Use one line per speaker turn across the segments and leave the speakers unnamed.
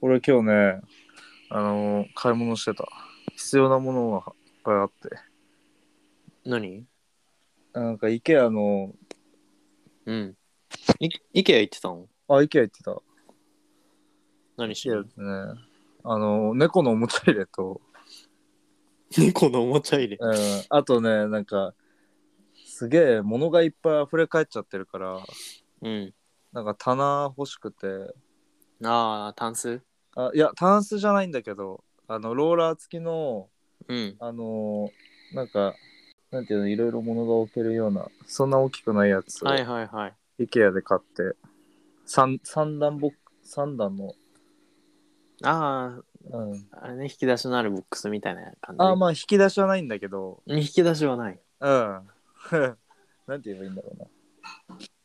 俺今日ね、あのー買い物してた。必要なものがいっぱいあって。
何
なんか IKEA の、
うん。い、イケア行ってたの
あ、IKEA 行ってた。
何して
IKEA っ
る
てね、あのー猫のおもちゃ入れと、
猫のおもちゃ入れ。
うん、あとね、なんか、すげえ物がいっぱい溢れ返っちゃってるから、
うん。
なんか棚欲しくて、
ああ、タンス
あいや、タンスじゃないんだけど、あの、ローラー付きの、
うん。
あのーなんか、なんていうの、いろいろ物が置けるような、そんな大きくないやつを、
はいはいはい。
IKEA で買って、三三段ボック三段の、
あ
うん。
あ、あれね、引き出しのあるボックスみたいな感じ。
あ、まあ、引き出しはないんだけど、
引き出しはない。
うん。 なんて言えばいいんだろうな。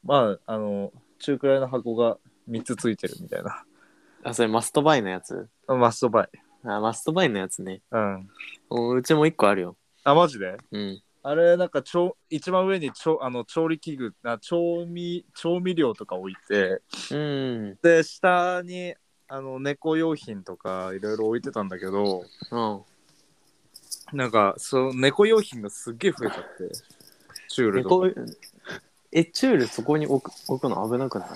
まあ、あの、中くらいの箱が3つついてるみたいな。
あ、それマストバイのやつ
マストバイ。
あ、マストバイのやつね。
うん。
おうちも一個あるよ。
あ、マジで
うん。
あれ、なんか、ちょ一番上にちょあの調理器具あ調味、調味料とか置いて、
うん。
で下にあの猫用品とかいろいろ置いてたんだけど
うん。
なんかその猫用品がすっげえ増えちゃってチュールとか
猫、え、チュールそこに置く置くの危なくない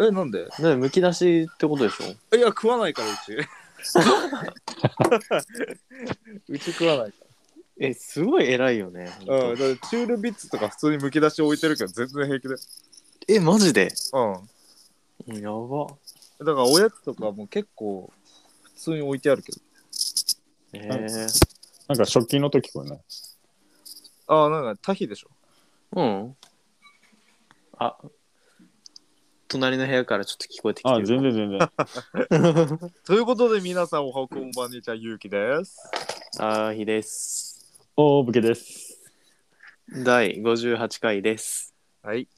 えなんで
だってむき出しってことでしょ
いや食わないからうち うち食わないか
え、すごい偉いよね。
ら、うん、だからチュールビッツとか普通にむき出し置いてるけど全然平気で
え、マジで
う
やば。
んだからおやつとかも結構普通に置いてあるけど
え
なんか食器の時これね。
ああなんかタヒでしょ
うん。あ、隣の部屋からちょっと聞こえてきて
あ
る。
あ、全然 全然。
ということで皆さんおはこんばんにちはゆうきです
あーひです。
おー、武家です。
第58回です。
はい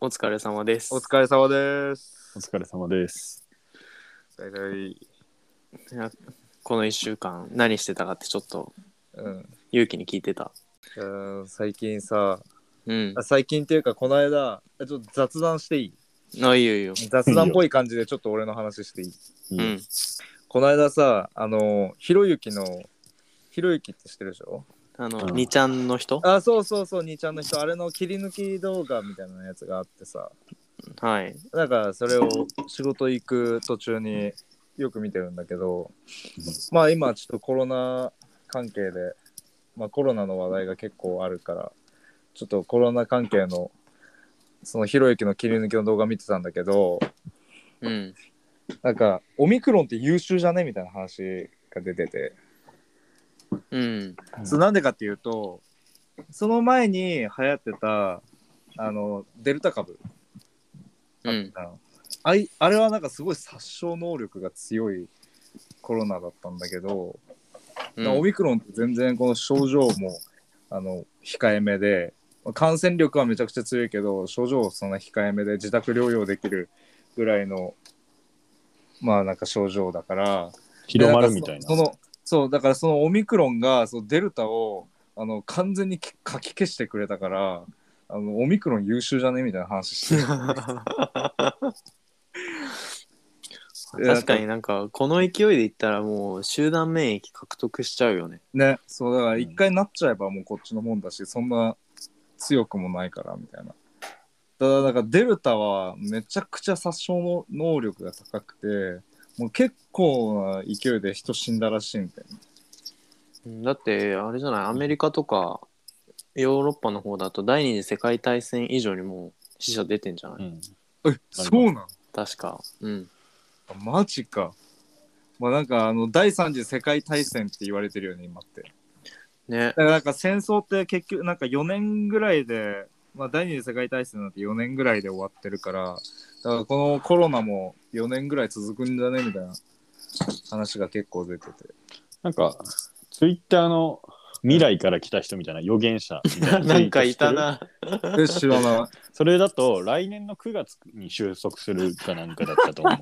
お疲れ様です。
お疲れ様です
お疲れ様です。
はいはい
いやこの1週間何してたかってちょっと
うん
勇気に聞いてた。
うん最近さ
うん
あ。最近っていうかこの間あちょっと雑談していい
あ、いいよいいよ。
雑談っぽい感じでちょっと俺の話していい
いい
うん。
この間さあのひろゆきのひろゆきって知ってるでしょ
あの、
うん
にちゃんの人
あそうそうそう兄ちゃんの人あれの切り抜き動画みたいなやつがあってさ
はい。
だからそれを仕事行く途中によく見てるんだけどまあ今ちょっとコロナ関係で、まあ、コロナの話題が結構あるからちょっとコロナ関係のそのひろゆきの切り抜きの動画見てたんだけど
うん。
なんかオミクロンって優秀じゃねみたいな話が出てて、
うん。
うん
それなんでかっていうとその前に流行ってたあのデルタ株
うん。
あのあいあれはなんかすごい殺傷能力が強いコロナだったんだけど、
う
オ
ん。
ミクロンって全然この症状もあの控えめで感染力はめちゃくちゃ強いけど症状そんな控えめで自宅療養できるぐらいのまあなんか症状だから
広まるみたい
で
な。
んかそそのそうだからそのオミクロンがそのデルタをあの完全にきかき消してくれたからあのオミクロン優秀じゃねみたいな話して
確かになんかこの勢いでいったらもう集団免疫獲得しちゃうよね。
ねそうだから
うん
一回なっちゃえばもうこっちのもんだしそんな強くもないからみたいなただなんかデルタはめちゃくちゃ殺傷の能力が高くてもう結構な勢いで人死んだらしいみたいな
うんだってあれじゃないアメリカとかヨーロッパの方だと第二次世界大戦以上にもう死者出てんじゃない、
うん
えそうなん
確か。うん。
あマジか。まあなんかあの第三次世界大戦って言われてるよね今って。だ
ね。
からなんか戦争って結局なんか4年ぐらいで、まあ、第二次世界大戦なんて4年ぐらいで終わってるからだからこのコロナも4年ぐらい続くんじゃねみたいな話が結構出てて。
なんか、ツイッターの未来から来た人みたいな予言者みたいなツイートしてる。
なんかいたな。
え知らない。
それだと来年の9月に収束するかなんかだったと 思う。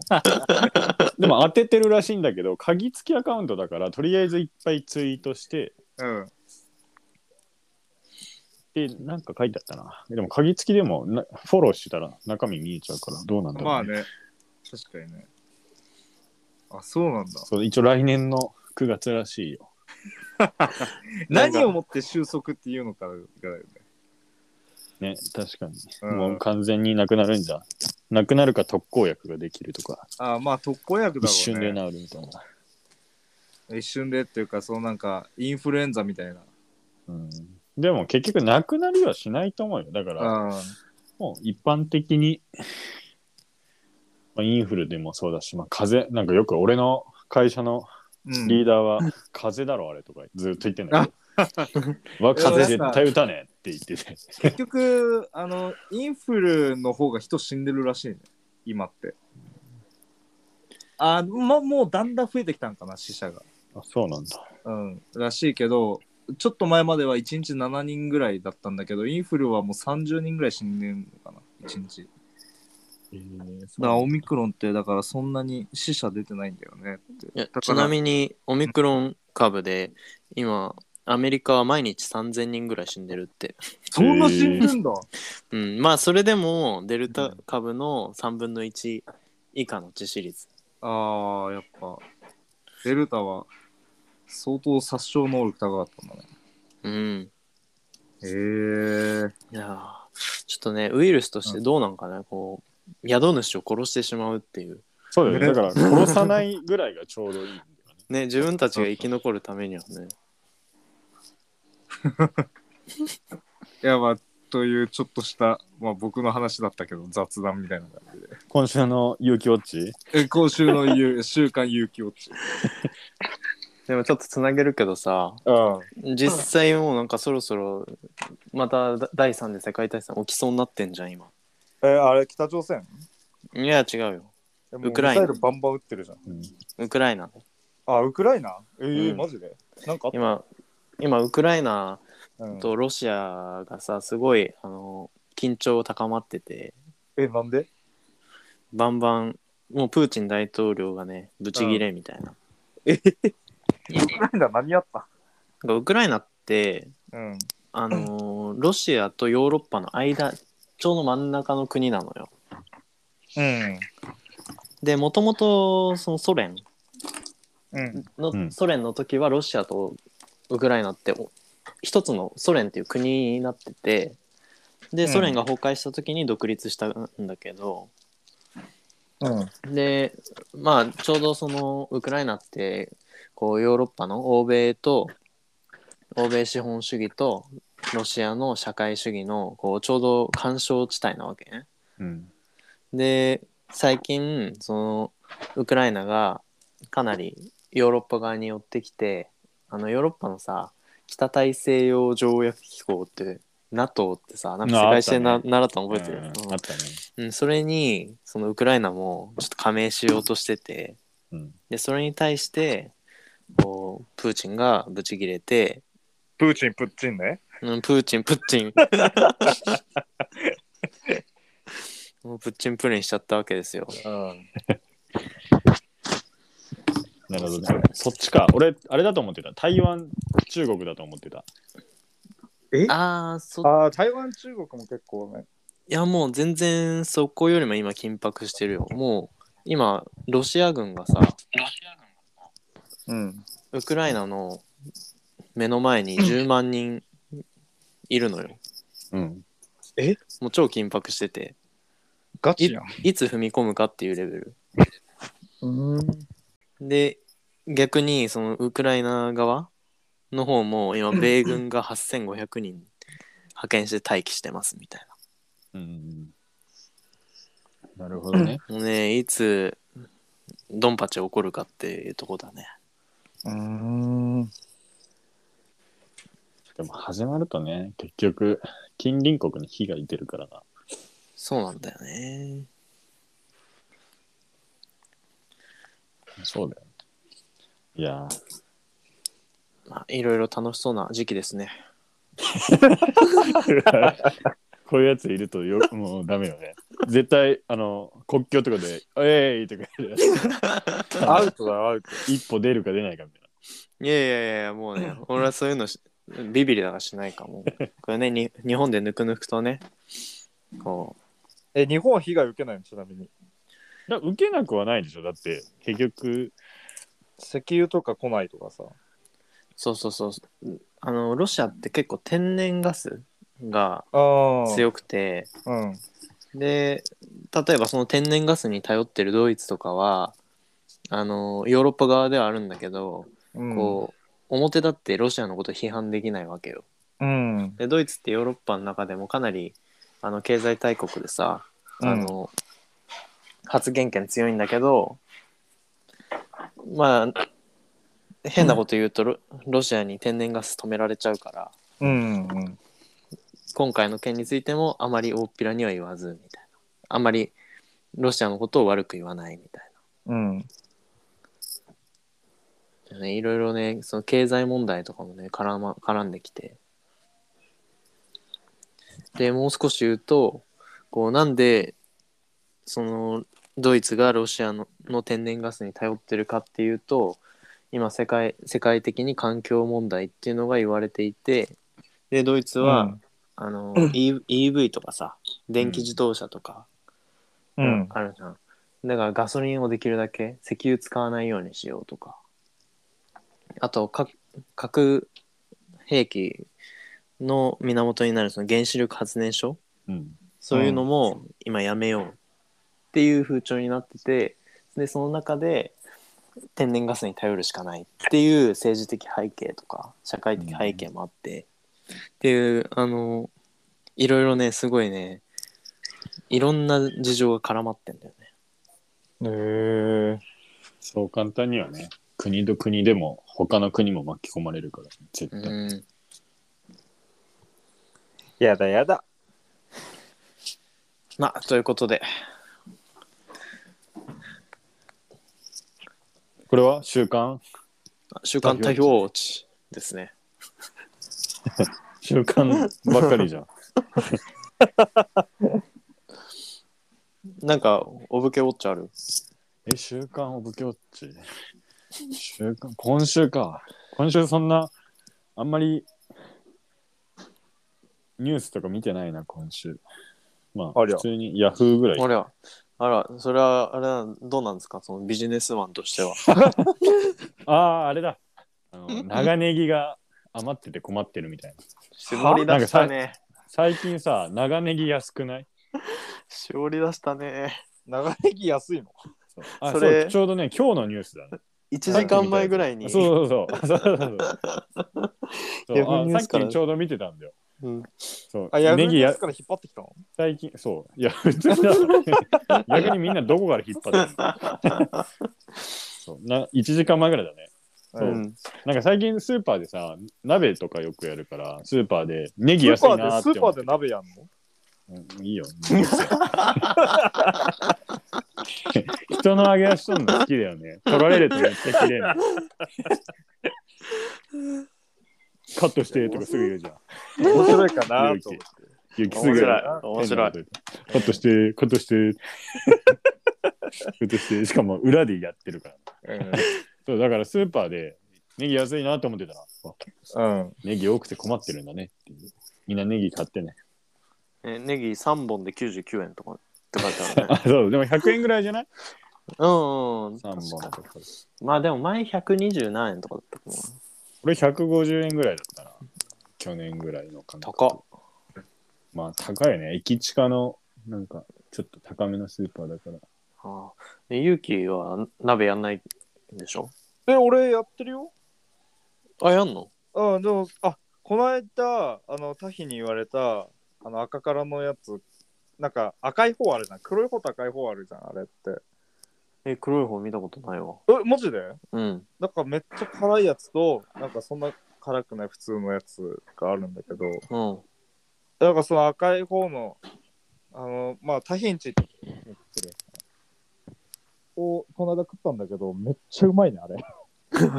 でも当ててるらしいんだけど、鍵付きアカウントだから、とりあえずいっぱいツイートして、
うん。
で、なんか書いてあったな。でも鍵付きでもなフォローしたら中身見えちゃうから、どうなんだろう、
まあね。確かにね。あ、そうなんだ。
そう一応来年の9月らしいよ。
なんか
何をもって収束っていうのかがだよね。
ね、確かに。
うん
もう完全になくなるんじゃん。なくなるか特効薬ができるとか、
あまあ特効薬だろうね。
一瞬で治るみたいな。
一瞬でっていうか、そのなんかインフルエンザみたいな。
うん、でも結局なくなりはしないと思うよ。だから、
あ
もう一般的に、まあ、インフルでもそうだし、まあ、風邪、なんかよく俺の会社の
うん、
リーダーは、風邪だろあれとかずっと言ってんだ けど、わ風邪絶対打たねえって言ってて。
結局、あの、インフルの方が人死んでるらしいね、今って。あま、もうだんだん増えてきたんかな、死者が。
あそうなんだ。
うん、らしいけど、ちょっと前までは1日7人ぐらいだったんだけど、インフルはもう30人ぐらい死んでるのかな、1日。
え
だからオミクロンって、だからそんなに死者出てないんだよねって。
いや
から
ちなみにオミクロン株で今アメリカは毎日3000人ぐらい死んでるって、
そんな死んでんだ、
うん、まあそれでもデルタ株の3分の1以下の致死率
ああ、やっぱ、デルタは相当殺傷能力高かったんだね。
うん
へえ。
いやーちょっとねウイルスとしてどうなんかねこう宿主を殺してしまうっていう
そうだよね。だから殺さないぐらいがちょうどいいんだよね。
ね自分たちが生き残るためにはね
いや、まあ、というちょっとした、まあ僕の話だったけど、雑談みたいな感じで。
今週の有機ウォッチ
え今週の ゆ週刊有機ウォッチ。
でもちょっとつなげるけどさ
あ
実際もうなんかそろそろまただ第3次世界大戦起きそうになってんじゃん今
あ。え、あれ、北朝鮮
いや違うよもうウクライナミサイル
バンバン撃ってるじゃん。
ウクライナ
あ、ウクライナえ
ーうんマ
ジでなんか
今今ウクライナ
うん
とロシアがさすごいあの緊張高まってて
え、なんで
バンバンもうプーチン大統領がねブチギレみたいな,、
ウクライナ何やった
なんかウクライナって
うん。
あのロシアとヨーロッパの間ちょうど真ん中の国なのよ
うん。
でもともとそのソ連
うん。
の、
うん
ソ連の時はロシアとウクライナってお一つのソ連っていう国になってて
う
で
ん
ソ連が崩壊した時に独立したんだけど、
うん。
でまあちょうどそのウクライナってこうヨーロッパの欧米と欧米資本主義とロシアの社会主義のこうちょうど干渉地帯なわけね。
うん。
で最近そのウクライナがかなりヨーロッパ側に寄ってきてあのヨーロッパのさ北大西洋条約機構って NATO ってさなんか世界史で
ああ
な、
った
習ったの覚えてる、
うんあったね。
うんうん、それにそのウクライナもちょっと加盟しようとしてて
うん。
でそれに対してこうプーチンがブチギレて、
プーチン、プッチンね。
うん、プーチンプッチ ンもうプッチンプリンしちゃったわけですよ。
うん。
なるほどね。そっちか。俺、あれだと思ってた。台湾、中国だと思ってた。
ああそ
ああ、台湾、中国も結構ね。
いやもう全然そこよりも今緊迫してるよ。もう今ロシア軍がさ
うん。
ウクライナの目の前に10万人いるのよ。
うん。
もう超緊迫してて
ガ
チやいつ踏み込むかっていうレベル。
うん。
で逆にそのウクライナ側の方も今米軍が8500人派遣して待機してますみたい
うん。なるほどね。
な。もうねいつドンパチ起こるかっていうとこだね。
うん。
でも始まるとね、結局、近隣国に火がいてるからな。
そうなんだよね。
そうだよ。いやー
まあ、いろいろ楽しそうな時期ですね。
こういうやついるとよもうダメよね。絶対、あの、国境とかで、えいとか言う
アウトだ、アウト。
一歩出るか出ないかみたい
いやいやいや、もう ね、俺はそういうのしビビりだからしないか も。これね、に日本でぬくぬくとね、こ
え、日本は被害受けないのちなみに。
う、
だ受けなくはないでしょだって結局
石油とか来ないとかさ。
そうそうそうあのロシアって結構天然ガスが
ああ。
強くて
うん。
で例えばその天然ガスに頼ってるドイツとかはあのヨーロッパ側ではあるんだけど、
うん、
こう表立ってロシアのこと批判できないわけよ。
うん。
でドイツってヨーロッパの中でもかなりあの経済大国でさあの、発言権強いんだけどまあ変なこと言うとロロシアに天然ガス止められちゃうから
うん。うん。
今回の件についてもあまり大っぴらには言わずみたいなあんまりロシアのことを悪く言わないみたい
うん。
な、ね、いろいろねその経済問題とかもね絡,、ま、絡んできてでもう少し言うとこうなんでそのドイツがロシアのの天然ガスに頼ってるかっていうと今世界世界的に環境問題っていうのが言われていてでドイツは、あの E- EV とかさ電気自動車とか
うん、うん。
あるじゃん、だからガソリンをできるだけ石油使わないようにしようとかあと核核兵器の源になるその原子力発電所
うん
そういうのも今やめようっていう風潮になっててでその中で天然ガスに頼るしかないっていう政治的背景とか社会的背景もあって、っていうあのいろいろねすごいねいろんな事情が絡まってんだよね。
へえ。
そう簡単にはね国と国でも他の国も巻き込まれるから絶対、
うん、
やだやだ。
まあということで
これは週刊
「週刊
代
代表落ち」ですね。
週刊ばっかりじゃん
なんかお武家ウォッチある
え週刊オブキョッチ週刊今週か今週そんなあんまりニュースとか見てないな今週まあ
ありゃ
普通にヤフーぐらい
あれはあらそれはあれはどうなんですかそのビジネスマンとしては。
あああれだあの長ネギが余ってて困ってるみたいな
絞り出したね。
最近さ長ネギ安くない
絞り出したね。
長生き安いの
そうあ
そ
そ
れ
うちょうどね今日のニュースだね
1時間前ぐらいに。
そうそうそうそうそうそうそう
ヤフーニュー
あさっ
スから
きちょうど見てたんだよ
うん
そう
あ、や
ネギや
から引っ張ってきたの
最近そういや普通 だ逆にみんなどこから引っ張ってるのそうな1時間前ぐらいだね
う
うん
ん。
なんか最近スーパーでさ鍋とかよくやるからスーパーでネ
ス
ギ
ー
安
パ
い
ー
なーっ
で、スーパ
て思っ
ー
て
で鍋やんの
うんいいよ。 人の揚げ足とんの好きだよね。取られるとめっちゃ綺 麗な。カットしてとかすぐ言うじゃん。
面白いかなと思って。
ゆきすぐ
面白い面白い。
カットして、カットして。カットして、しかも裏でやってるから。そうだからスーパーでネギ安いなと思ってたら、あ
うん。
ネギ多くて困ってるんだねっていう。みんなネギ買ってね。
えネギ3本で99円とかって書いてあるね
あ、。そう、でも100円ぐらいじゃない
うんうんうん。
?3 本
確か
とか。
にまあでも前120何円とかだったと思う。
俺150円ぐらいだったな。去年ぐらいの感覚
高っ。
まあ高いね。駅近の、なんか、ちょっと高めのスーパーだから。
ああでゆうきは鍋やんないんでしょ
で、俺やってるよ。
あ、やんの
うん、でも、あ、この間、あの、タヒに言われた、あの、赤からのやつ、なんか赤い方あるじゃん。黒い方と赤い方あるじゃん、あれって。
え、黒い方見たことないわ。
え、マジで
うん。
なんかめっちゃ辛いやつと、なんかそんな辛くない普通のやつがあるんだけど、
うん。
なんかその赤い方の、あの、まあ、タヒンチって言ってるやつかなを、この間食ったんだけど、めっちゃうまいね、あれ。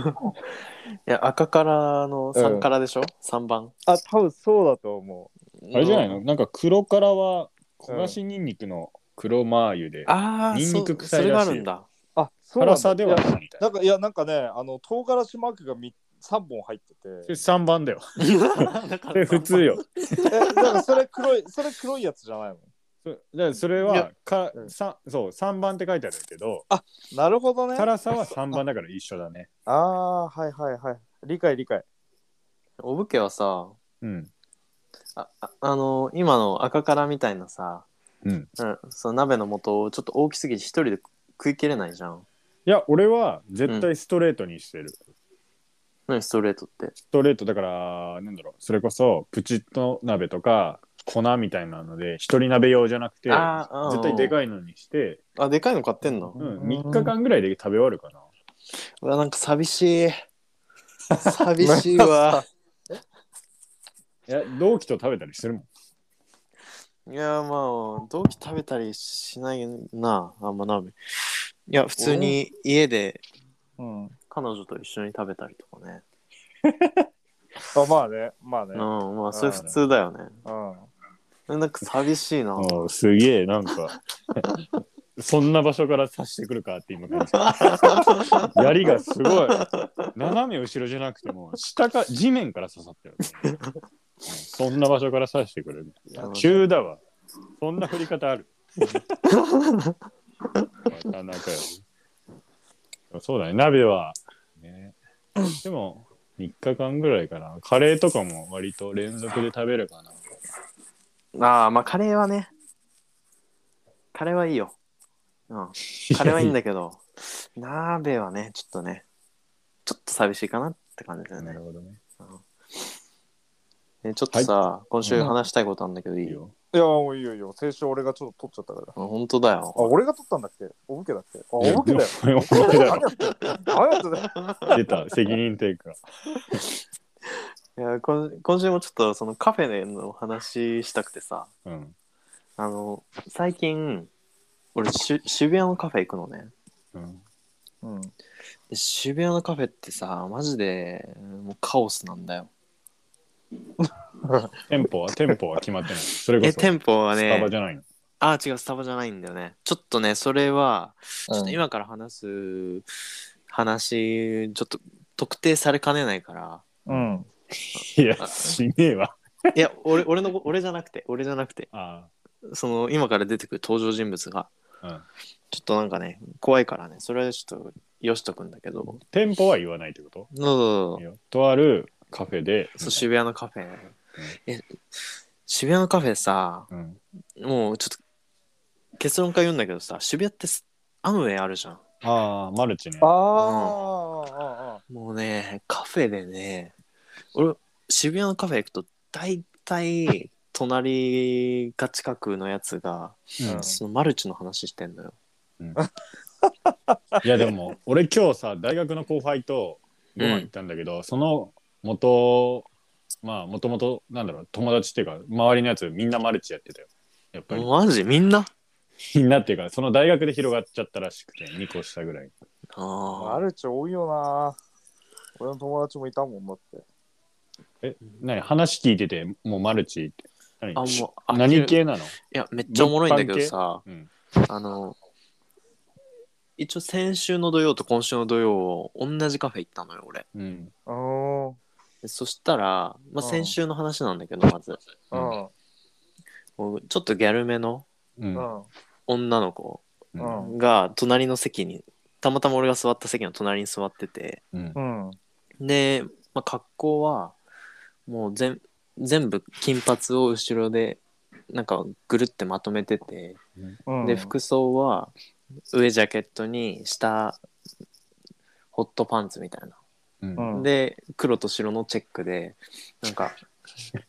いや、赤からの
うん
3からでしょ、三 ?3 番。
あ、多分そうだと思
あれじゃないの、
うん
なんか黒からは、焦がしニンニクの黒マー油で、
ああ、
ニンニク
そ
臭いらしい
それがあるんだ。
う。あ、そうなん
辛
だ
さではい
や
ないみたい
な
な。
んか、いや、なんかね、あの、唐辛子マークがみ3本入って
それ
て、
3番だよ。
だから
それ普通よ。
え、なんかそれ黒い、それ黒いやつじゃないの
そでそれ
い
は
や
か、
うん
さそう3番って書いてあるけど
なるほどね。
辛さは3番だから一緒だね。
ああ、はいはいはい。理解理解。
お武家はさ
うん
あああの今の赤からみたいなさ、
うん、
うん、その鍋の素をちょっと大きすぎて一人で食い切れないじゃん
いや俺は絶対ストレートにしてる、
何ストレートって
ストレートだからなんだろうそれこそプチッと鍋とか粉みたいなので一人鍋用じゃなくて
あーうん
絶対でかいのにして、
あでかいの買ってんの
うん3日間ぐらいで食べ終わるかな
うわなんか寂しい 寂しいわ
いや同期と食べたりするもん
いやまあ同期食べたりしないなあんま鍋いや普通に家で
うん。
彼女と一緒に食べたりとかね
あまあね、まあね。
うんまあそれ普通だよね
うん。
なんか寂しいな
あーすげえなんかそんな場所から刺してくるかって今感じ 槍がすごい斜め後ろじゃなくてもう下か地面から刺さってる、そんな場所から刺してくる急だわそんな振り方あるなかなかよそうだね鍋はねでも3日間ぐらいかなカレーとかも割と連続で食べるかな
ああまあカレーはねカレーはいいよ、うん、カレーはいいんだけ ど鍋はねちょっとねちょっと寂しいかなって感じだよ
な
ね
るほどね
ねちょっとさ、今週
うん
話したいことあるんだけどい
いい
いよ、
よ
いや、もういいよいいよ。先週俺がちょっと取っちゃったから。
うん、本当だよ
あ、俺が取ったんだっけお武家だっけあ、お武家だよ。
いや。お前だろ
ありがとうござい ます。
出た、責任テイクが。
いや今今週もちょっとそのカフェの話したくてさ
うん。
あの最近俺し渋谷のカフェ行くのね
うん。
うん。
で渋谷のカフェってさマジでもうカオスなんだよ
店舗は、店舗は決まってない。それこ
え
そ、ス
店舗は
タバ
ね
じゃないの。
あ違うスタバじゃないんだよねちょっとねそれはちょっと
うん
今から話す話ちょっと特定されかねないから
うん。
いや、しねえわ。
いや俺俺の俺じゃなくて俺じゃなくて
あ
その今から出てくる登場人物が
あ、うん。
ちょっとなんかね怖いからねそれはちょっとよしとくんだけど
店舗は言わないってこと
どうぞどう
い
ぞ
やとあるカフェで。
そう渋谷のカフェえ渋谷のカフェさ
うん。
もうちょっと結論から言うんだけどさ渋谷ってスアムウェイあるじゃん
ああ、マルチね
あ。あ、
もうね、カフェでね、俺、渋谷のカフェ行くと、大体、隣か近くのやつが、
うん
そのマルチの話してんのよ。
いや、でも、俺今日さ、大学の後輩とご飯行ったんだけど、その元、まあ、もともと、なんだろう、友達っていうか、周りのやつみんなマルチやってたよ。やっぱり。
マジみんな
みんなっていうか、その大学で広がっちゃったらしくて、2個下ぐらい。
あ
あ
るち多いよな。俺の友達もいたもんだって。
え、何話聞いてて、もうマルチって。何
あ。あ、もう、あ
何系なの
いや、めっちゃおもろいんだけどさ、
うん。
あの、一応先週の土曜と今週の土曜、同じカフェ行ったのよ、俺。
うん。
うん。うん。
でそしたら、まあ、
うん
先週の話なんだけど、まず、
うん。
もうちょっとギャルめの
うん。
女の子
うん
が隣の席にたまたま俺が座った席の隣に座ってて
うん。
うん。
で、まあ、格好はもう全全部金髪を後ろでなんかぐるってまとめてて、
うん。
で服装は上ジャケットに下ホットパンツみたいな、
うん
うん
で黒と白のチェックでなん か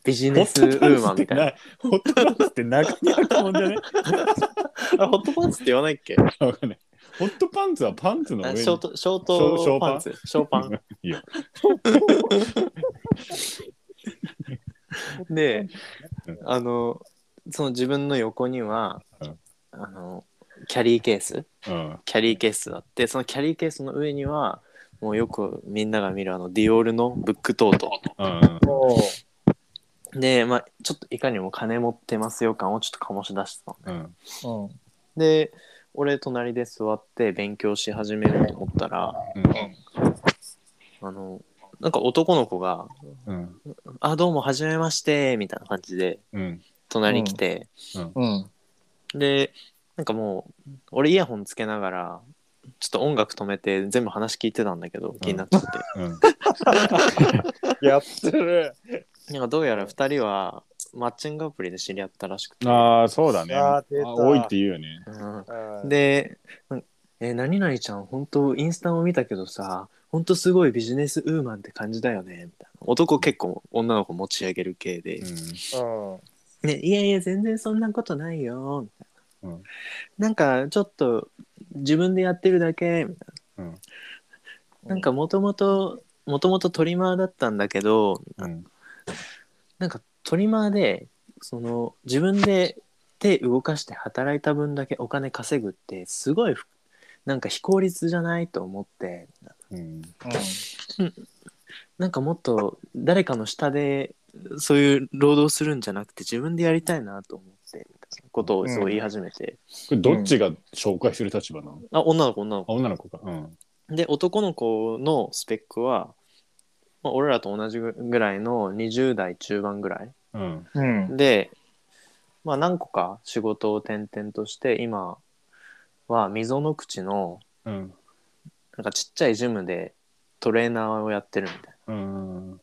ビジネスウーマンみたいな。
ホットパンツって中にあるもんじゃね
あホットパンツって言わないっけ
わかんない。ホットパンツはパンツの上
あ
に。
ショートショー
ショ
ト
ーパン
パンツショーパン
いいよ。
で
うん、
あの、その自分の横には
うん、
あの、キャリーケース、
うん。
キャリーケースだって、そのキャリーケースの上には、もうよくみんなが見るあの、ディオールのブックトート。
うん。
おう
で、まあ、ちょっといかにも金持ってますよ感をちょっと醸し出してたの。
うん。
うん。
で、俺隣で座って勉強し始めると思ったら、
うん
あの、なんか男の子が、
うん。
あ、どうも、はじめまして、みたいな感じで、
うん。
隣に来て、
うん。
でなんかもう俺イヤホンつけながらちょっと音楽止めて全部話聞いてたんだけど気になっちゃって、
うん
やってる。
なんかどうやら2人はマッチングアプリで知り合ったらしくて、
ああ、そうだね。
あ
あ
ー出た
多いって言うよね。
うん
うん
でうん「え何々ちゃん本当インスタも見たけどさ本当すごいビジネスウーマンって感じだよね」みたいな男結構女の子持ち上げる系で
うん
うん
ね、いやいや全然そんなことないよみたいな、
うん
なんかちょっと自分でやってるだけみたいな、
うん
なんかもともともともとトリマーだったんだけど
うん
なんかトリマーでその自分で手動かして働いた分だけお金稼ぐってすごいふなんか非効率じゃないと思って
うん
なんかもっと誰かの下でそういう労働するんじゃなくて自分でやりたいなと思ってみたいなことをすごい言い始めて、
これどっちが紹介する立場なの
あ女の子女の子
あ女の子か。うん
で男の子のスペックは、まあ、俺らと同じぐらいの20代中盤ぐらい
うん。
うん。
で、まあ、何個か仕事を転々として今は溝の口の
うん。
なんかちっちゃいジムでトレーナーをやってるみたい
うん。
な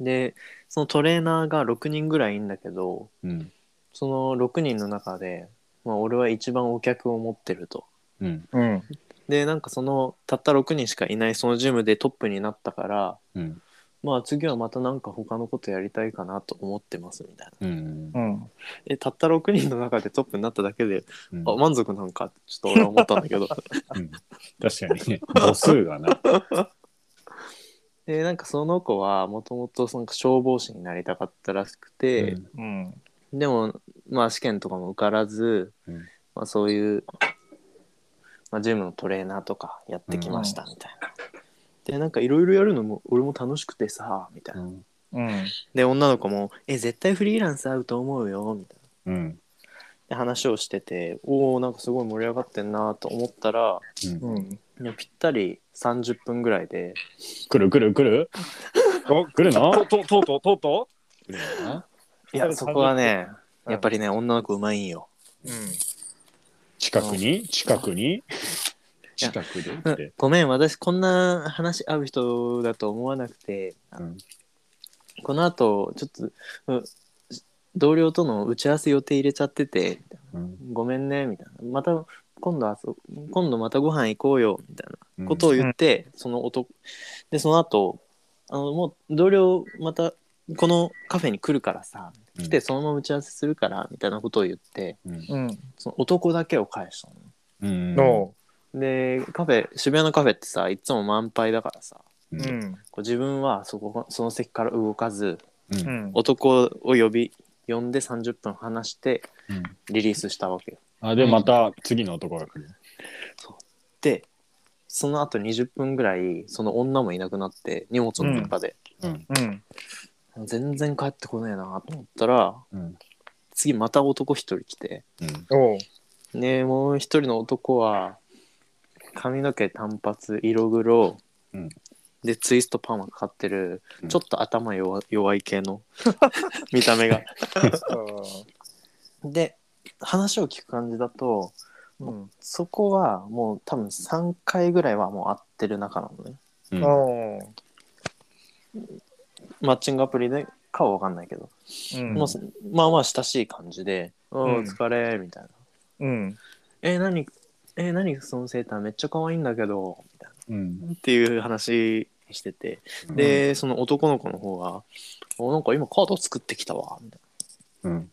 でそのトレーナーが6人ぐらいいんだけど
うん。
その6人の中で、まあ、俺は一番お客を持ってると
うん。
うん。
でなんかそのたった6人しかいないそのジムでトップになったから
うん。
まあ次はまたなんか他のことやりたいかなと思ってますみたいな。
うん。
うん。
え、たった6人の中でトップになっただけで、
うん
あ、満足なんかってちょっと俺は思ったんだ けど。
うん確かにね、母数がな。
で、なんかその子はもともとなんか消防士になりたかったらしくて、
うん。
でも、まあ試験とかも受からず、
うん
まあそういう、まあジムのトレーナーとかやってきましたみたいな。で、なんかいろいろやるのも俺も楽しくてさ、みたいな。
うん。
うん。
で、女の子も、え、絶対フリーランス合うと思うよ、みたいな。
うん。
で話をしてておおんかすごい盛り上がってんなと思ったら
うん
うん。
いやぴったり30分ぐらいで
来る来る来る
お
来るの
とうとうとうとうと
来るのかな
30
い
や
分
そこはね
うん
やっぱりね女の子うまいんよ
ううん。
近くに近くに
や
近くでって。
ごめん私こんな話合う人だと思わなくて、あの
うん
この後ちょっと、うん同僚との打ち合わせ予定入れちゃってて
うん
ごめんねみたいなまた今度あそ今度またご飯行こうよみたいな
うん
ことを言って、その男でその後あのもう同僚またこのカフェに来るからさ来てそのまま打ち合わせするからみたいなことを言って
うん
うん。
その男だけを返した
うん
の。
のでカフェ渋谷のカフェってさいつも満杯だからさ
う
うんん。
こう自分はそこその席から動かず
うん
うん。
男を呼び呼んで30分話して
うん
リリースしたわけよ
あでまた次の男が来る。
でその後20分ぐらいその女もいなくなって荷物の中で、
うん
うん。
全然帰ってこねえなと思ったら
うん
次また男一人来て
うん
おう。
ねもう一人の男は髪の毛短髪色黒、
うん
でツイストパーマかかってる、
うん
ちょっと頭弱弱い系の 見た目がで話を聞く感じだと
うん。
そこはもう多分3回ぐらいはもう会ってる仲なのね
う
うんん。おう。
マッチングアプリでかは分かんないけど、
うん
もうすまあまあ親しい感じで「うん、お疲れ」みたいな。
うん。
え何え何そのセーターめっちゃ可愛いんだけどみたい
うん
なっていう話してて、
うん
でその男の子の方が「おなんか今カード作ってきたわ」みたい
うん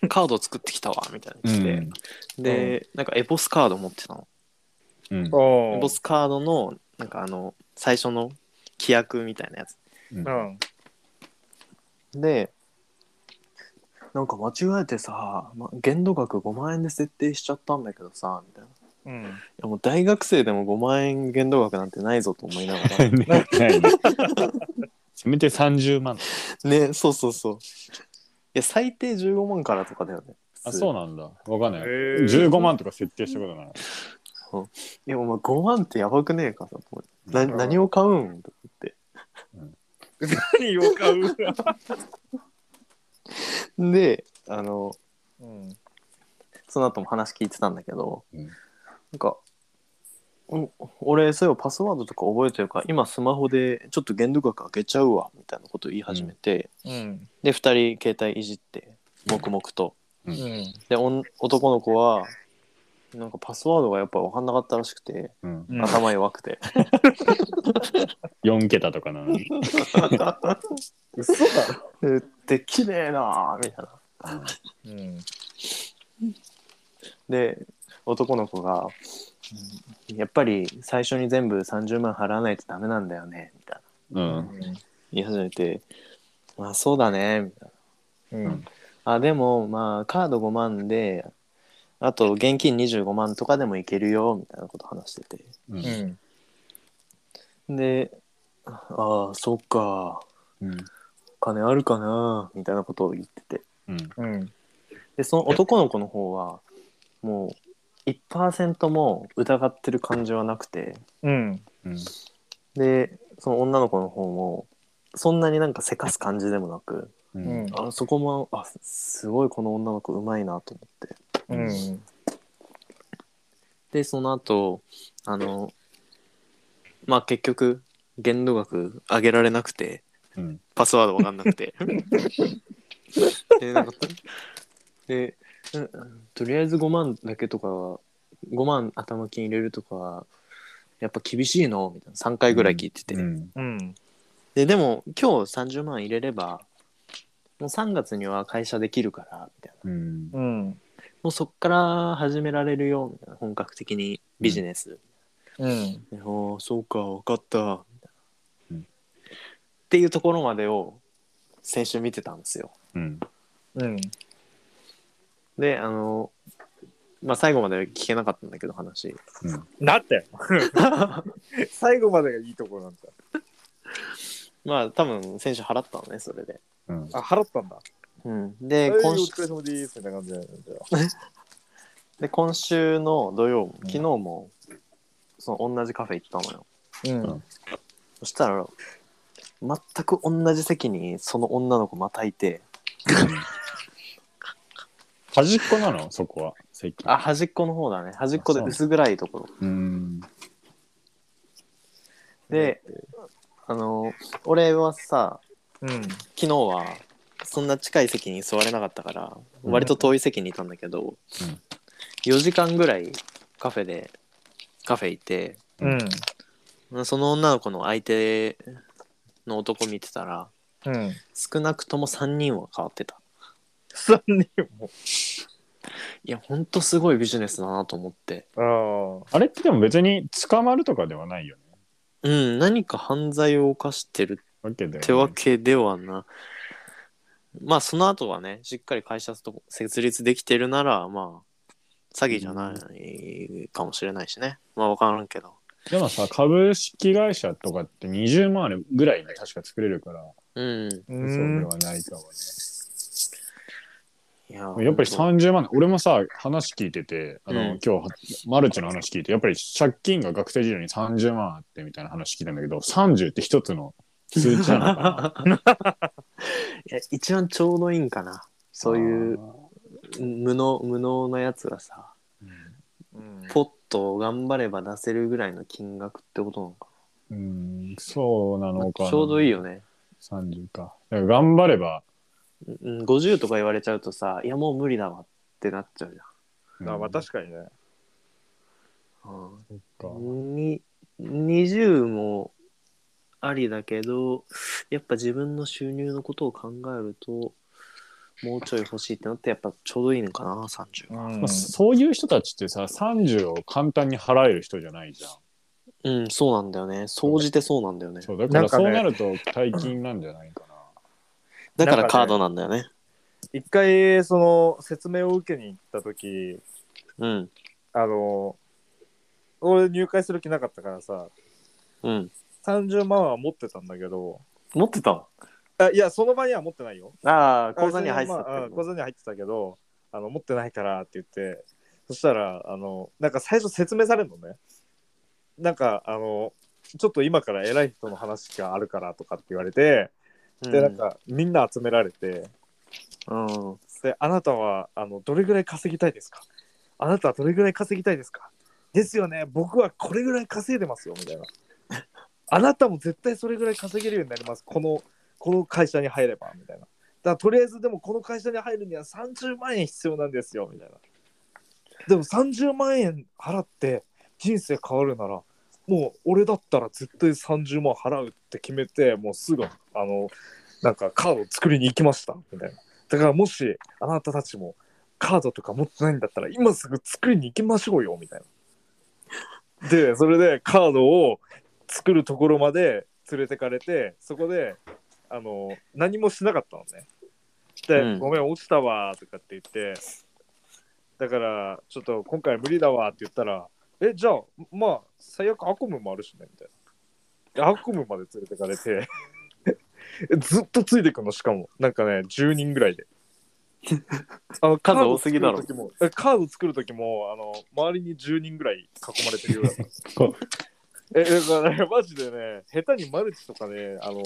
な「カード作ってきたわ」みたいな来て、でなんかエボスカード持ってたの、
うん
お
エ
う
ボ。スカードのなんかあの最初の規約みたいなやつ
うん。
でなんか間違えてさ、ま、限度額5万円で設定しちゃったんだけどさみたいな
うん。
いやもう大学生でも5万円限度額なんてないぞと思いなが ら
ねないねせめて30万。
ねそうそうそういや最低15万からとかだよね
あそう
な
なんだ。わかんない。
へー
15万とか設定したことない。
いやお前5万ってやばくねえかさと思ってな
うん
何を買うんとか言っ
何を買う
てであの
うん。
その後も話聞いてたんだけど、
うん
なんかお俺そういえばパスワードとか覚えてるから今スマホでちょっと限度額上げちゃうわみたいなこと言い始めて、
うん。
で2人携帯いじって黙々と、
うん。
でおん男の子はなんかパスワードがやっぱ分かんなかったらしくて
うん、
うん
頭弱く て、
4桁とかなのに。
嘘だろ。
うって綺麗なーみたいな
うん。
で男の子が「やっぱり最初に全部30万払わないとダメなんだよね」みたいな
うん。
言い始めて「まあそうだね」みたい
うん。
な「あでもまあカード5万であと現金25万とかでもいけるよ」みたいなこと話してて
う。
うんん。
で「ああそっか
うん。
金あるかな」みたいなことを言ってて
うん。
うん。
でその男の子の方はもう1%も疑ってる感じはなくて。
うん。
うん。
でその女の子の方もそんなになんかせかす感じでもなく
う
うん
ん。
あそこもあすごいこの女の子うまいなと思って
うん。
でその後あのまあ結局限度額上げられなくて
うん。
パスワードわかんなく てでなんかでうんとりあえず5万だけとかは5万頭金入れるとかはやっぱ厳しいのみたいな3回ぐらい聞いてて、
うん。
うん。
ででも今日30万入れればもう3月には会社できるからみたいな
うん。
うん。
もうそっから始められるよみたいな本格的にビジネス、
うん。
でおーそうか分かったみたいな、
うん
っていうところまでを先週見てたんですよ
うん。
うん。
であのまあ最後まで聞けなかったんだけど話
だって。最後までがいいとこなんだ。
まあ多分先週払ったのねそれで、
うん。
あ、払ったんだ。
うん、
え
で
ーお
今週
疲れ様ですみたいな感じなんだよ。
で今週の土曜昨日もその同じカフェ行ったのよ
うん。
そしたら全く同じ席にその女の子またいて
端っこなのそこは、最近。
あ端っこの方だね端っこで
あそう
薄暗いところ
うん。
であの俺はさ
うん。
昨日はそんな近い席に座れなかったから
うん
割と遠い席にいたんだけど、
うん
4時間ぐらいカフェでカフェいて
うん。
その女の子の相手の男見てたら
うん。
少なくとも3人は変わってた
3人も。
いやほんとすごいビジネスだなと思って
あ
あれってでも別に捕まるとかではないよね。
うん、何か犯罪を犯してる
わけで。
ってわけではな。まあ、その後はね、しっかり会社と設立できてるなら、まあ、詐欺じゃないかもしれないしね。まあ、わからんけど。
でもさ、株式会社とかって20万あるぐらいに確か作れるから、
う
あ。
ん。
う
そうで
ん。
はないかもね。
い
やっぱり30万、俺もさ、話聞いてて、あの、
うん
今日、マルチの話聞いて、やっぱり借金が学生時代に30万あってみたいな話聞いたんだけど、30って一つの数値なのかな
いや一番ちょうどいいんかな。 そういう。無能、無能なやつがさ、
うん
ポッと頑張れば出せるぐらいの金額ってことなのか
うん、そうな
な。
のかな。
ちょうどいい
い。
よね。
30か。だから頑張れば、
うん、50とか言われちゃうとさ、いや、もう無理だわってなっちゃうじ
うん
あまあ確かにね。
ゃん。うん
か。
に20もありだけどやっぱ自分の収入のことを考えるともうちょい欲しいってなってやっぱちょうどいいのかな30は
うん
まあそういう人たちってさ、30を簡単に払える人じゃないじゃん。
うんそうなんだよね総じてそうなんだよね
そう、だから
なんか
そ
ね
うなると大金なんじゃないか
だ
な。
から
なんかね
カードなんだよね
一回、その、説明を受けに行ったとき、
うん
あの、俺入会する気なかったからさ、
うん
30万は持ってたんだけど、
持ってたの
あいや、その場には持ってないよ。
ああ
あ
口座には入って
そ
たっ
れ
て
はまあ
こ
うん
と
口座には入ってたけどあの持ってないからって言ってそしたらあのなんか最初説明されるのねなんかあのちょっと今から偉い人の話があるからとかって言われて、でなんかみんな集められて
うんうん
であなたはあのどれぐらい稼ぎたいですかあなたはどれぐらい稼ぎたいですかですよね、僕はこれぐらい稼いでますよ、みたいな。あなたも絶対それぐらい稼げるようになります、このこの会社に入れば、みたいな。だからとりあえず、でもこの会社に入るには30万円必要なんですよ、みたいな。でも30万円払って人生変わるなら、もう俺だったら絶対30万払うって決めて、もうすぐ、あの、なんかカードを作りに行きました、みたいな。だからもし、あなたたちもカードとか持ってないんだったら、今すぐ作りに行きましょうよ、みたいな。で、それでカードを作るところまで連れてかれて、そこで、あの、何もしなかったのね。で、
うん
ごめん、落ちたわーとかって言って、だから、ちょっと今回無理だわーって言ったら、え、じゃあ、まあ、最悪アコムもあるしね、みたいな。アコムまで連れてかれて、ずっとついてくの、しかも。なんかね、10人ぐらいで。あの
数多すぎだろ
カード作る時もえカード作る時も、あの、周りに10人ぐらい囲まれてるようだった。え、だからね、マジでね、下手にマルチとかね、あの、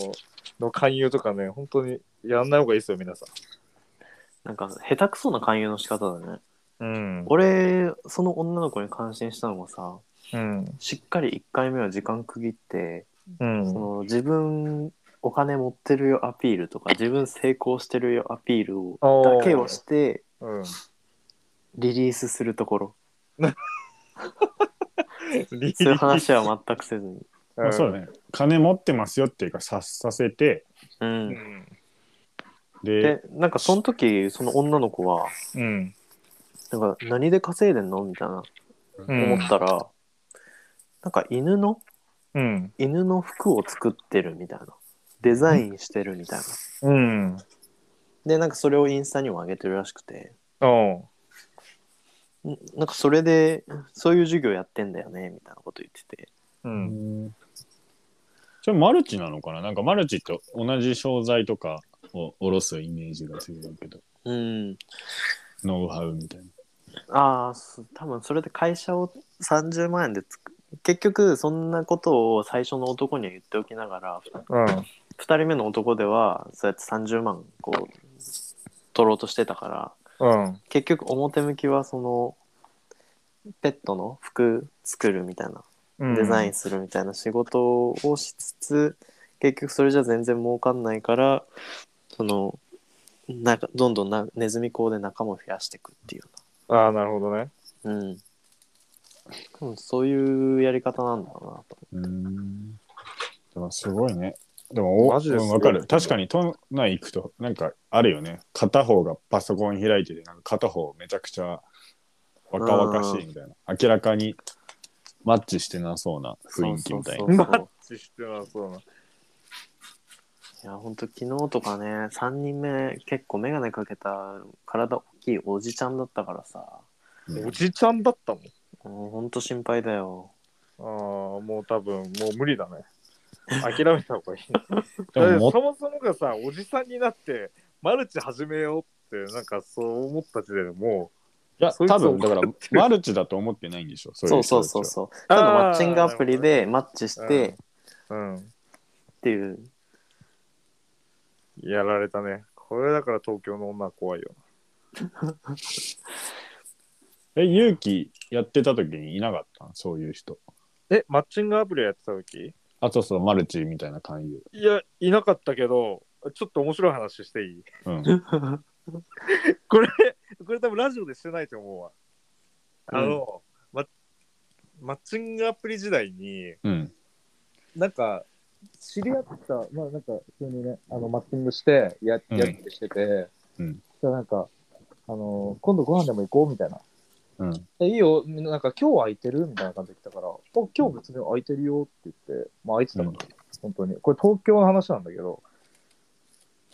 の勧誘とかね、本当にやんない方がいいですよ、皆さ
なんか下手くそな勧誘の仕方だね
ん。うん。
俺その女の子に感心したのがさ
うん。
しっかり1回目は時間区切って
うん
そ。の自分お金持ってるよアピール とか自分成功してるよアピールを
おー
だけをして
うん。
リリースするとこ ろ
リ
そういう話は全くせずに、
まあそうだね。金持ってますよっていうか、ささせて、
う
う、
んん。
で、
でなんかその時その女の子は
うん。
なんか何で稼いでんのみたいな
うん
思ったら、なんか犬の
うん。
犬の服を作ってるみたいなデザインしてるみたいな、
うん。
でなんかそれをインスタにも上げてるらしくて
お
んなんかそれでそういう授業やってんだよねみたいなこと言ってて
う。
うんんそれマルチなのかななんかマルチって同じ商材とかを下ろすイメージが強いけど、
うん
ノウハウみたいな。
ああ多分それで会社を30万円でつく結局そんなことを最初の男には言っておきながら
うん。
2人目の男ではそうやって30万こう取ろうとしてたから
うん。
結局表向きはそのペットの服作るみたいな
うん。
デザインするみたいな仕事をしつつ、結局それじゃ全然儲かんないからそのなんかどんどんなネズミ講で仲間を増やしていくっていうよ
ああ、なるほどね。
うな、うん、多分そういうやり方なんだろ
うーん。でもすごいね。でも、お
マジですごい
うんわかる。確かに都内行くと、なんかあるよね。片方がパソコン開いてて、なんか片方めちゃくちゃ若々しいみたいな。明らかにマッチしてなそうな
うな
雰囲気みたい
そ
な。
うそうそう
チしてなそうな。
いや本当昨日とかね3人目結構眼鏡かけた体大きいおじちゃんだったからさ
うん
おじちゃんだったもん。
もう本当心配だよ
ああ、もう多分、もう無理だ ね。諦めた方がいい。
でも
だ
も
ってそもそもがさ、おじさんになって、マルチ始めようって、なんかそう思った時点でも
いや、
そいつを
多分だから、マルチだと思ってないんでしょ。
そうそうそう
う
そう
あ
た
ー
だマッチングアプリでマッチし
なるほどね
て
う、うん、
っていう
やられたね。これだから東京の女は怖いよ
いう人たちは。え、勇気やってた時にいなかったんそういう人。
な。え、マッチングアプリやってた時
あ、そうそう、マルチみたいな勧誘。
いや、いなかったけど、ちょっと面白い話していい
うん。
これ、これ多分ラジオでしてないと思うわ。あの、まマッチングアプリ時代に、
うん。
なんか、知り合った、まあなんか、普通にね、あの、マッチングして、や、や
うん
ってしてて、
うん
じゃあなんか、あの今度ご飯でも行こうみたいな。
うん。
え、いいよ、みんななんか今日空いてるみたいな感じで来たから、あ、今日別に空いてるよって言って、まあ空いてたから、
うん
本当に。これ東京の話なんだけど、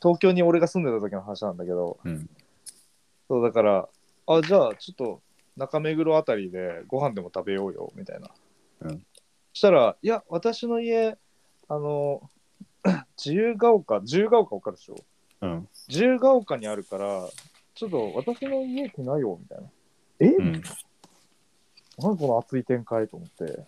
東京に俺が住んでた時の話なんだけど、
うん
そうだから、あ、じゃあちょっと中目黒あたりでご飯でも食べようよみたいな。
うん
したら、いや、私の家、あの、 自由が丘、自由が丘わかるでしょ
うん。
自由が丘にあるから、ちょっと私の家来ないよみたいな。え、
うん。
何この熱い展開と思って。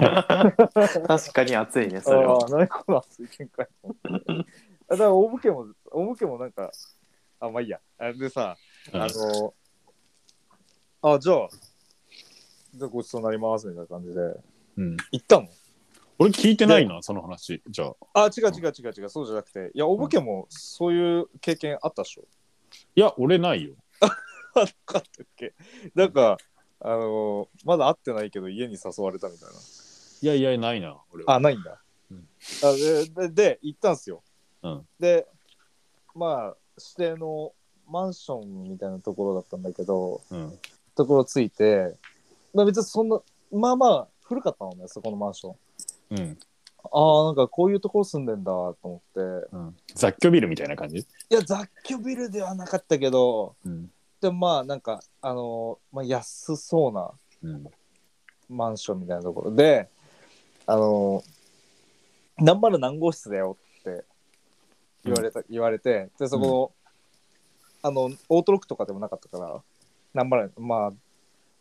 確かに暑いねそれは
ああ、何この熱い展開と思って。 あだから、大武家も、大武家もなんか、あ、まあいいや。あでさ、あの、あ、じゃあ、じゃあごちそうになりますみたいな感じで。
うん、
行ったの
俺聞いてないな、その話。じゃあ。
あ、違う違う違う違う、そうじゃなくて。いや、おぼけもそういう経験あったっしょ
いや、俺ないよ。
あなかったっけなんか、あのまだ会ってないけど家に誘われたみたい
いやいや、ないな。俺
な。
は
あ、ないんだ。
うん
あででで、行ったんすよ。
うん
で、まあ、指定のマンションみたいなところだったんだけど、
うん。
ところついて、まあ別にそんな、まあまあ古かったのね、そこのマンション。
うん。
ああ、なんかこういうところ住んでんだと思って。
うん。雑居ビルみたいな感じ
いや、雑居ビルではなかったけど、
うん。
でもまあなんか、あのまあ安そうな
うん。
マンションみたいなところで、あの何丸何号室だよって言われた、言われて、で、そこ、あの、オートロックとかでもなかったから、何丸、まあ、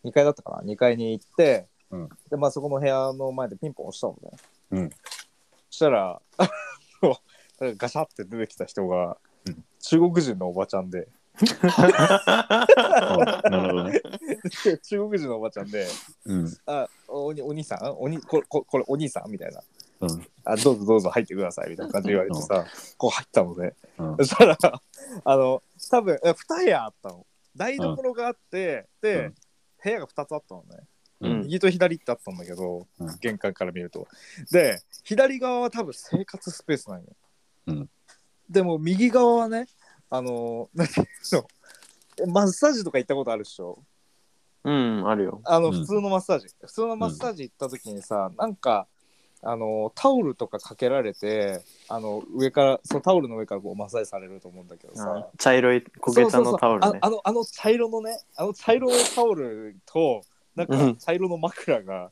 2階だったかな、2階に行って、
うん
で、まあそこの部屋の前でピンポン押したのね。
うん
そしたら、あのガシャって出てきた人が、
うん
中国人のおばちゃんで、
あなるほどね。
中国人のおばちゃんで、
うん。
あおにお兄さんおにこここれお兄さんみたいな
うん。
あどうぞどうぞ入ってくださいみたいな感じで言われてさ、こう入ったのね、
うん
そしたらあの多分え2部屋あったの台所があって、で、
うん
部屋が2つあったのね、
うん
右と左ってあったんだけど、
うん
玄関から見るとで左側は多分生活スペースなんよ、
うん
でも右側はねあのなんていうのえマッサージとか行ったことあるでしょ
うん、あるよ。
あの
うん
普通のマッサージ、普通のマッサージ行った時にさ、なんかあのタオルとかかけられてあの上からそのタオルの上からこうマッサージされると思うんだけどさ
あ茶色い焦げ茶のタオル
そうそうそう
ね
あ。あのあの茶色のねあの茶色のタオルとなん
う
か
ん
茶色の枕が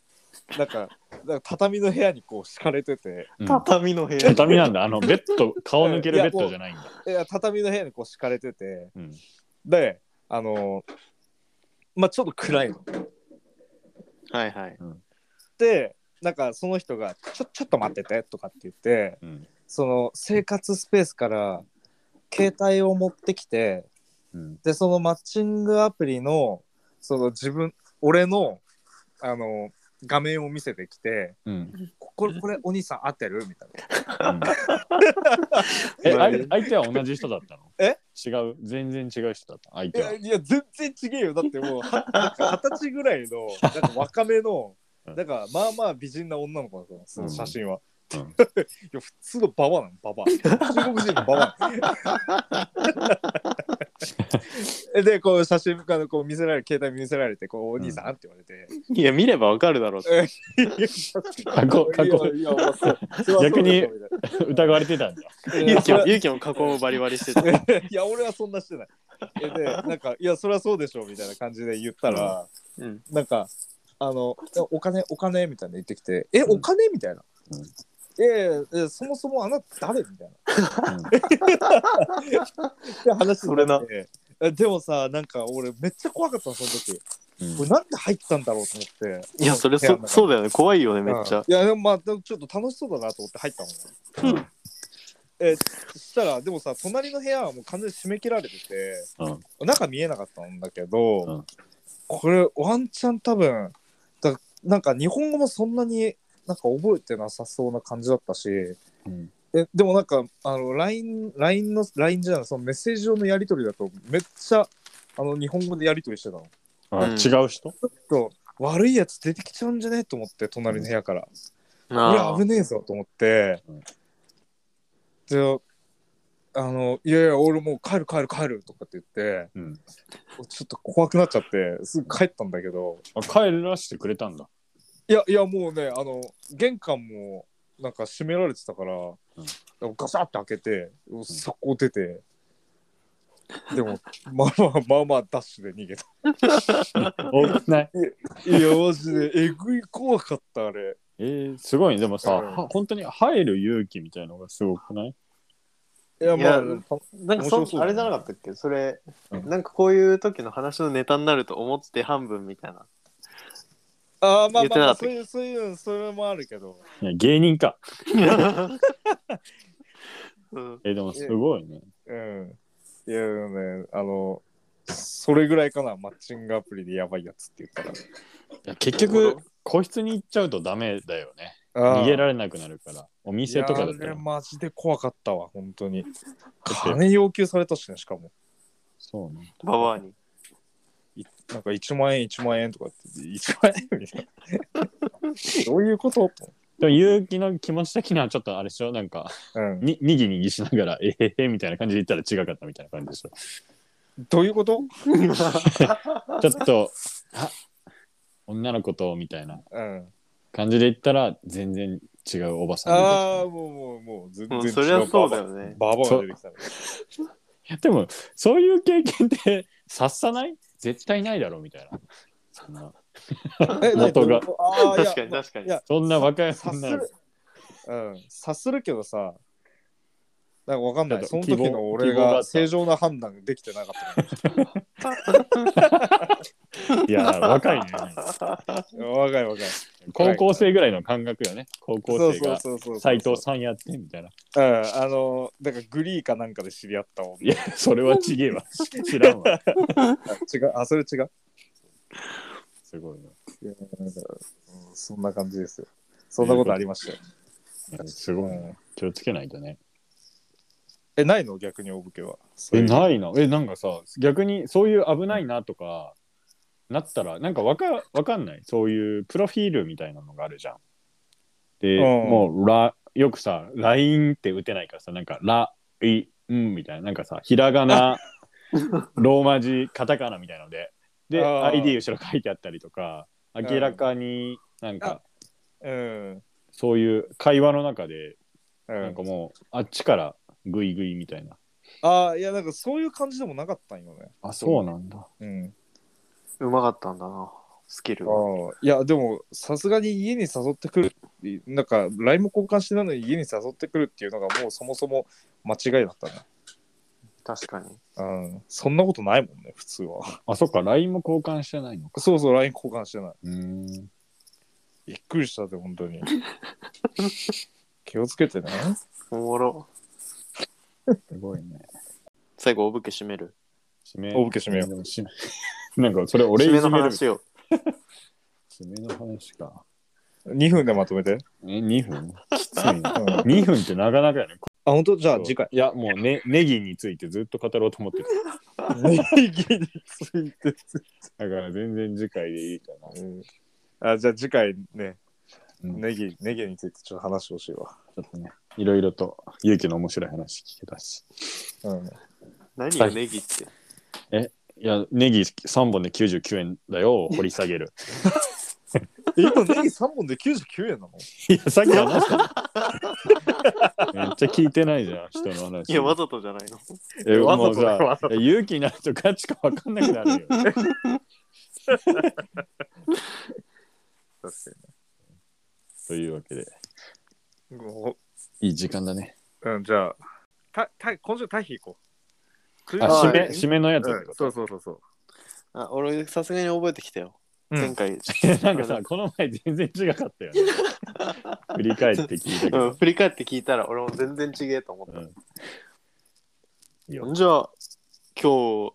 なんかなんか畳の部屋にこう敷かれてて
うん
畳の部屋
畳なんだ。あの、ベッド、顔抜けるベッドじゃないんだ。
いや畳の部屋にこう敷かれてて
うん。
であのまあちょっと暗いの
はいはい。
でなんかその人が「ちょちょっと待ってて」とかって言って。
うん。
その生活スペースから携帯を持ってきて
うん。
でそのマッチングアプリのその自分俺のあの画面を見せてきて
うん。
「ここれこれお兄さん合ってる?」みたいな
え、あい相手は同じ人だったの
え
違う。全然違う人だったの。相
い
手
や
は。
いや全然違えよだってもうはなんか二十歳ぐらいのなんか若めの
うん
なんかまあまあ美人な女の子だったのその写真は、
うん
いや普通のババアなのババア中国人のババアえ でこう写真からこう見せられ携帯見せられてこうお兄さんって言われ て、
いや、見ればわかるだろうって。
過去過
い
去
やいやそうそれはそうだ
逆に
みたいな
疑われてたんだ。
ゆうきも、ゆうきも加工もバリバリしてた。
いや俺はそんなしてない。えでなんか「いやそりゃそうでしょ」みたいな感じで言ったら、
うん。
なんか「あのお金お金」みたいな言ってきて「えお金?」みたいな
うん
「ええそもそもあなた誰?」みたいなで話になってえでもさなんか俺めっちゃ怖かったのその時
うん
俺なんで入ったんだろうと思って
いや、それそ、そうだよね。怖いよね、めっちゃ
うん。いやでもまあでもちょっと楽しそうだなと思って入ったの
うん
えそしたらでもさ隣の部屋はもう完全に締め切られてて、中見えなかったんだけど、
うん
これワンチャン多分だなんか日本語もそんなになんか覚えてなさそうな感じだったし
うん
えでもなんかあの LINE, LINE の LINE じゃないそのメッセージ上のやり取りだとめっちゃあの日本語でやり取りしてたの。
あ
うん
違う人
と悪いやつ出てきちゃうんじゃねと思って隣の部屋から、
あ
俺危ねえぞと思って、
うん
であのいやいや俺もう帰る帰る帰るとかって言って、
うん
ちょっと怖くなっちゃってすぐ帰ったんだけど
あ帰らせてくれたんだ。
いやいやもうねあの玄関もなんか閉められてたから、ガサッて開けてそこ出て、でも まあまあまあまあダッシュで逃げた
おない。
いやマジでえぐい怖かったあれ
えー、すごいね。でもさ、
うん
は本当に入る勇気みたいのがすごくない
いや
い
た
やなんか
面白
そ
そうだね
あれじゃなかったっけそれ、
うん
なんかこういう時の話のネタになると思って半分みたいな。
あーまあ
言って
まあまあ
なかった
そういうそういうそれもあるけど
いや芸人か。
うん、
えーでもすごいね。
うんいやでもねあのそれぐらいかな、マッチングアプリでやばいやつって言ったら。
いや結
なるほ
局
ど
個室に行っちゃうとダメだよね逃げら
れ
れなくなるからお店とかだった
あ
ら
れマジで怖かったわ、本当に。
って
金要求されたしね、しかも。
そうね
ババアに。
なんか1万円、1万円とかって、1万円みたいな。どういうことと
でも結城の気持ち的にはちょっとあれでしょなんか
うん。
ににぎにぎしながらえへへみたいな感じで言ったら違かったみたいな感じでしょ
どういうこと
ちょっとあ女の子とみたいな
うん。
感じで言ったら全然違うおばさん
ああ、もうもうもう、全然
も
違
う
う。
そりゃそうだよね。
ババアが出てきたね。
でもそういう経験って察さない絶対ないだろうみたいなそんな
え何
元
どういう
が
ことああ、いや
確かに確かに
いや。
そんな若い
察
女
す
の子
る。うん。察するけどさ、なんかわかんな
ち
い。
ょっ
そ
と
の
希望
時の俺
希望があ
が
った
正常な判断できてなかったか
いや若い ね
ら。若い若い。
高校生ぐらいの感覚よね高
そ
校
う
生
そう
が
そうそう。
斎藤さんやってみたいな
うん、あの、だからグリーかなんかで知り合った もん。
いやそれはちげえわ知らんわ
違う、あ、それ違う。
すごいない
やなんかうんそんな感じですよ。そんなことありましたよ。
うんすごいね気をつけないとね
え、ないの逆に大武家は。
えないなえなんかさ逆にそういう危ないなとかなったらなんかわかわかんないそういうプロフィールみたいなのがあるじゃんで、
うん
もうらよくさ LINE って打てないからさなんか「らいん」みたいななんかさひらがな ローマ字カタカナみたいなのでで
あー
ID 後ろ書いてあったりとか明らかになんか
うん。
そういう会話の中で
う
なん
ん
か、もうあっちからグイグイみたいな
ああ、いや、なんかそういう感じでもなかったんよね。
あそうなんだ
うん。
うまかったんだな、スキルが。
ああいやでもさすがに家に誘ってくるなんか LINE も交換してないのに家に誘ってくるっていうのがもうそもそも間違いだったね、
確かに。
うん、そんなことないもんね普通は
あそっか LINE も交換してないのか
そうそう LINE 交換してない
うん
びっくりしたで本当 に気をつけてね
おもろ。
すごいね。
最後、おぶけ締める。
締め
お受け締めよう
締め なんかそれ俺い
締
じ
め
める
の話を。
締めの話か。
2分でまとめて、うん、
え、2分きつ いな。
あ
2分ってなかなかやね。
本当じゃあ次回
いや、もうね、ネギについてずっと語ろうと思って
ネギについて、
た。だから全然次回でいいかな。ち
うん、あじゃあ次回ね
うん
ネギネギについてちょっと話してほしいわ、
ょっとね、いろいろと勇気の面白い話聞けたし。
うん、
何よ、ネギって。
いや、ネギ3本で99円だよ、掘り下げる。
え今ネギ3本で99円なの
いや、さっき話したの。めっちゃ聞いてないじゃん、人の話。
いや、わざとじゃないの。
え、
わざ
も
と
う
だよわ
さ、え勇気になると価値か分かんなくなるよ。
確か
というわけで、
にもう
いい時間だね。
うん、じゃあ、たた今週、タヒ行こう。
あ、
はい
締め、締めのやつって
うん、
こと
そうそうそうそう。
あ、俺、さすがに覚えてきたよ。
うん
前 回、
なんかさ、この前全然違か ったよね。振り返って聞いたけ
うん、
ど。
振り返って聞いたら、俺も全然違えと思っ
うんいいよ
た。じゃあ、今日、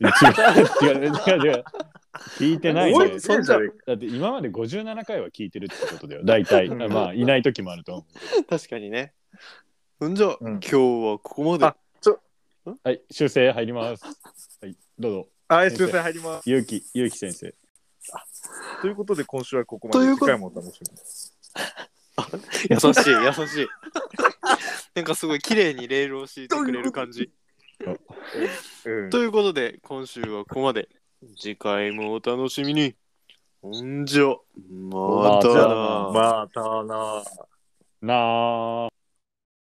違う違う違う違う。聞いてない
覚え
ね
て。んじゃね
だって今まで57回は聞いてるってことだよ。大体。
うん
まあ、いない時もあると思う。
確かにね。うんじゃあ、
うん
今日はここまで
あ。
はい、修正入ります。はい、どうぞ。
はい、修正入ります。
ゆうき、ゆうき先生。
ということで、今週はここま
とい
で。
う
次
こと
回もお楽しみに。
優 しい、優しい。なんかすごい綺麗にレールを敷いてくれる感じ。
うん
ということで、今週はここまで。次回もお楽しみに。うんじゃ、またな。
また。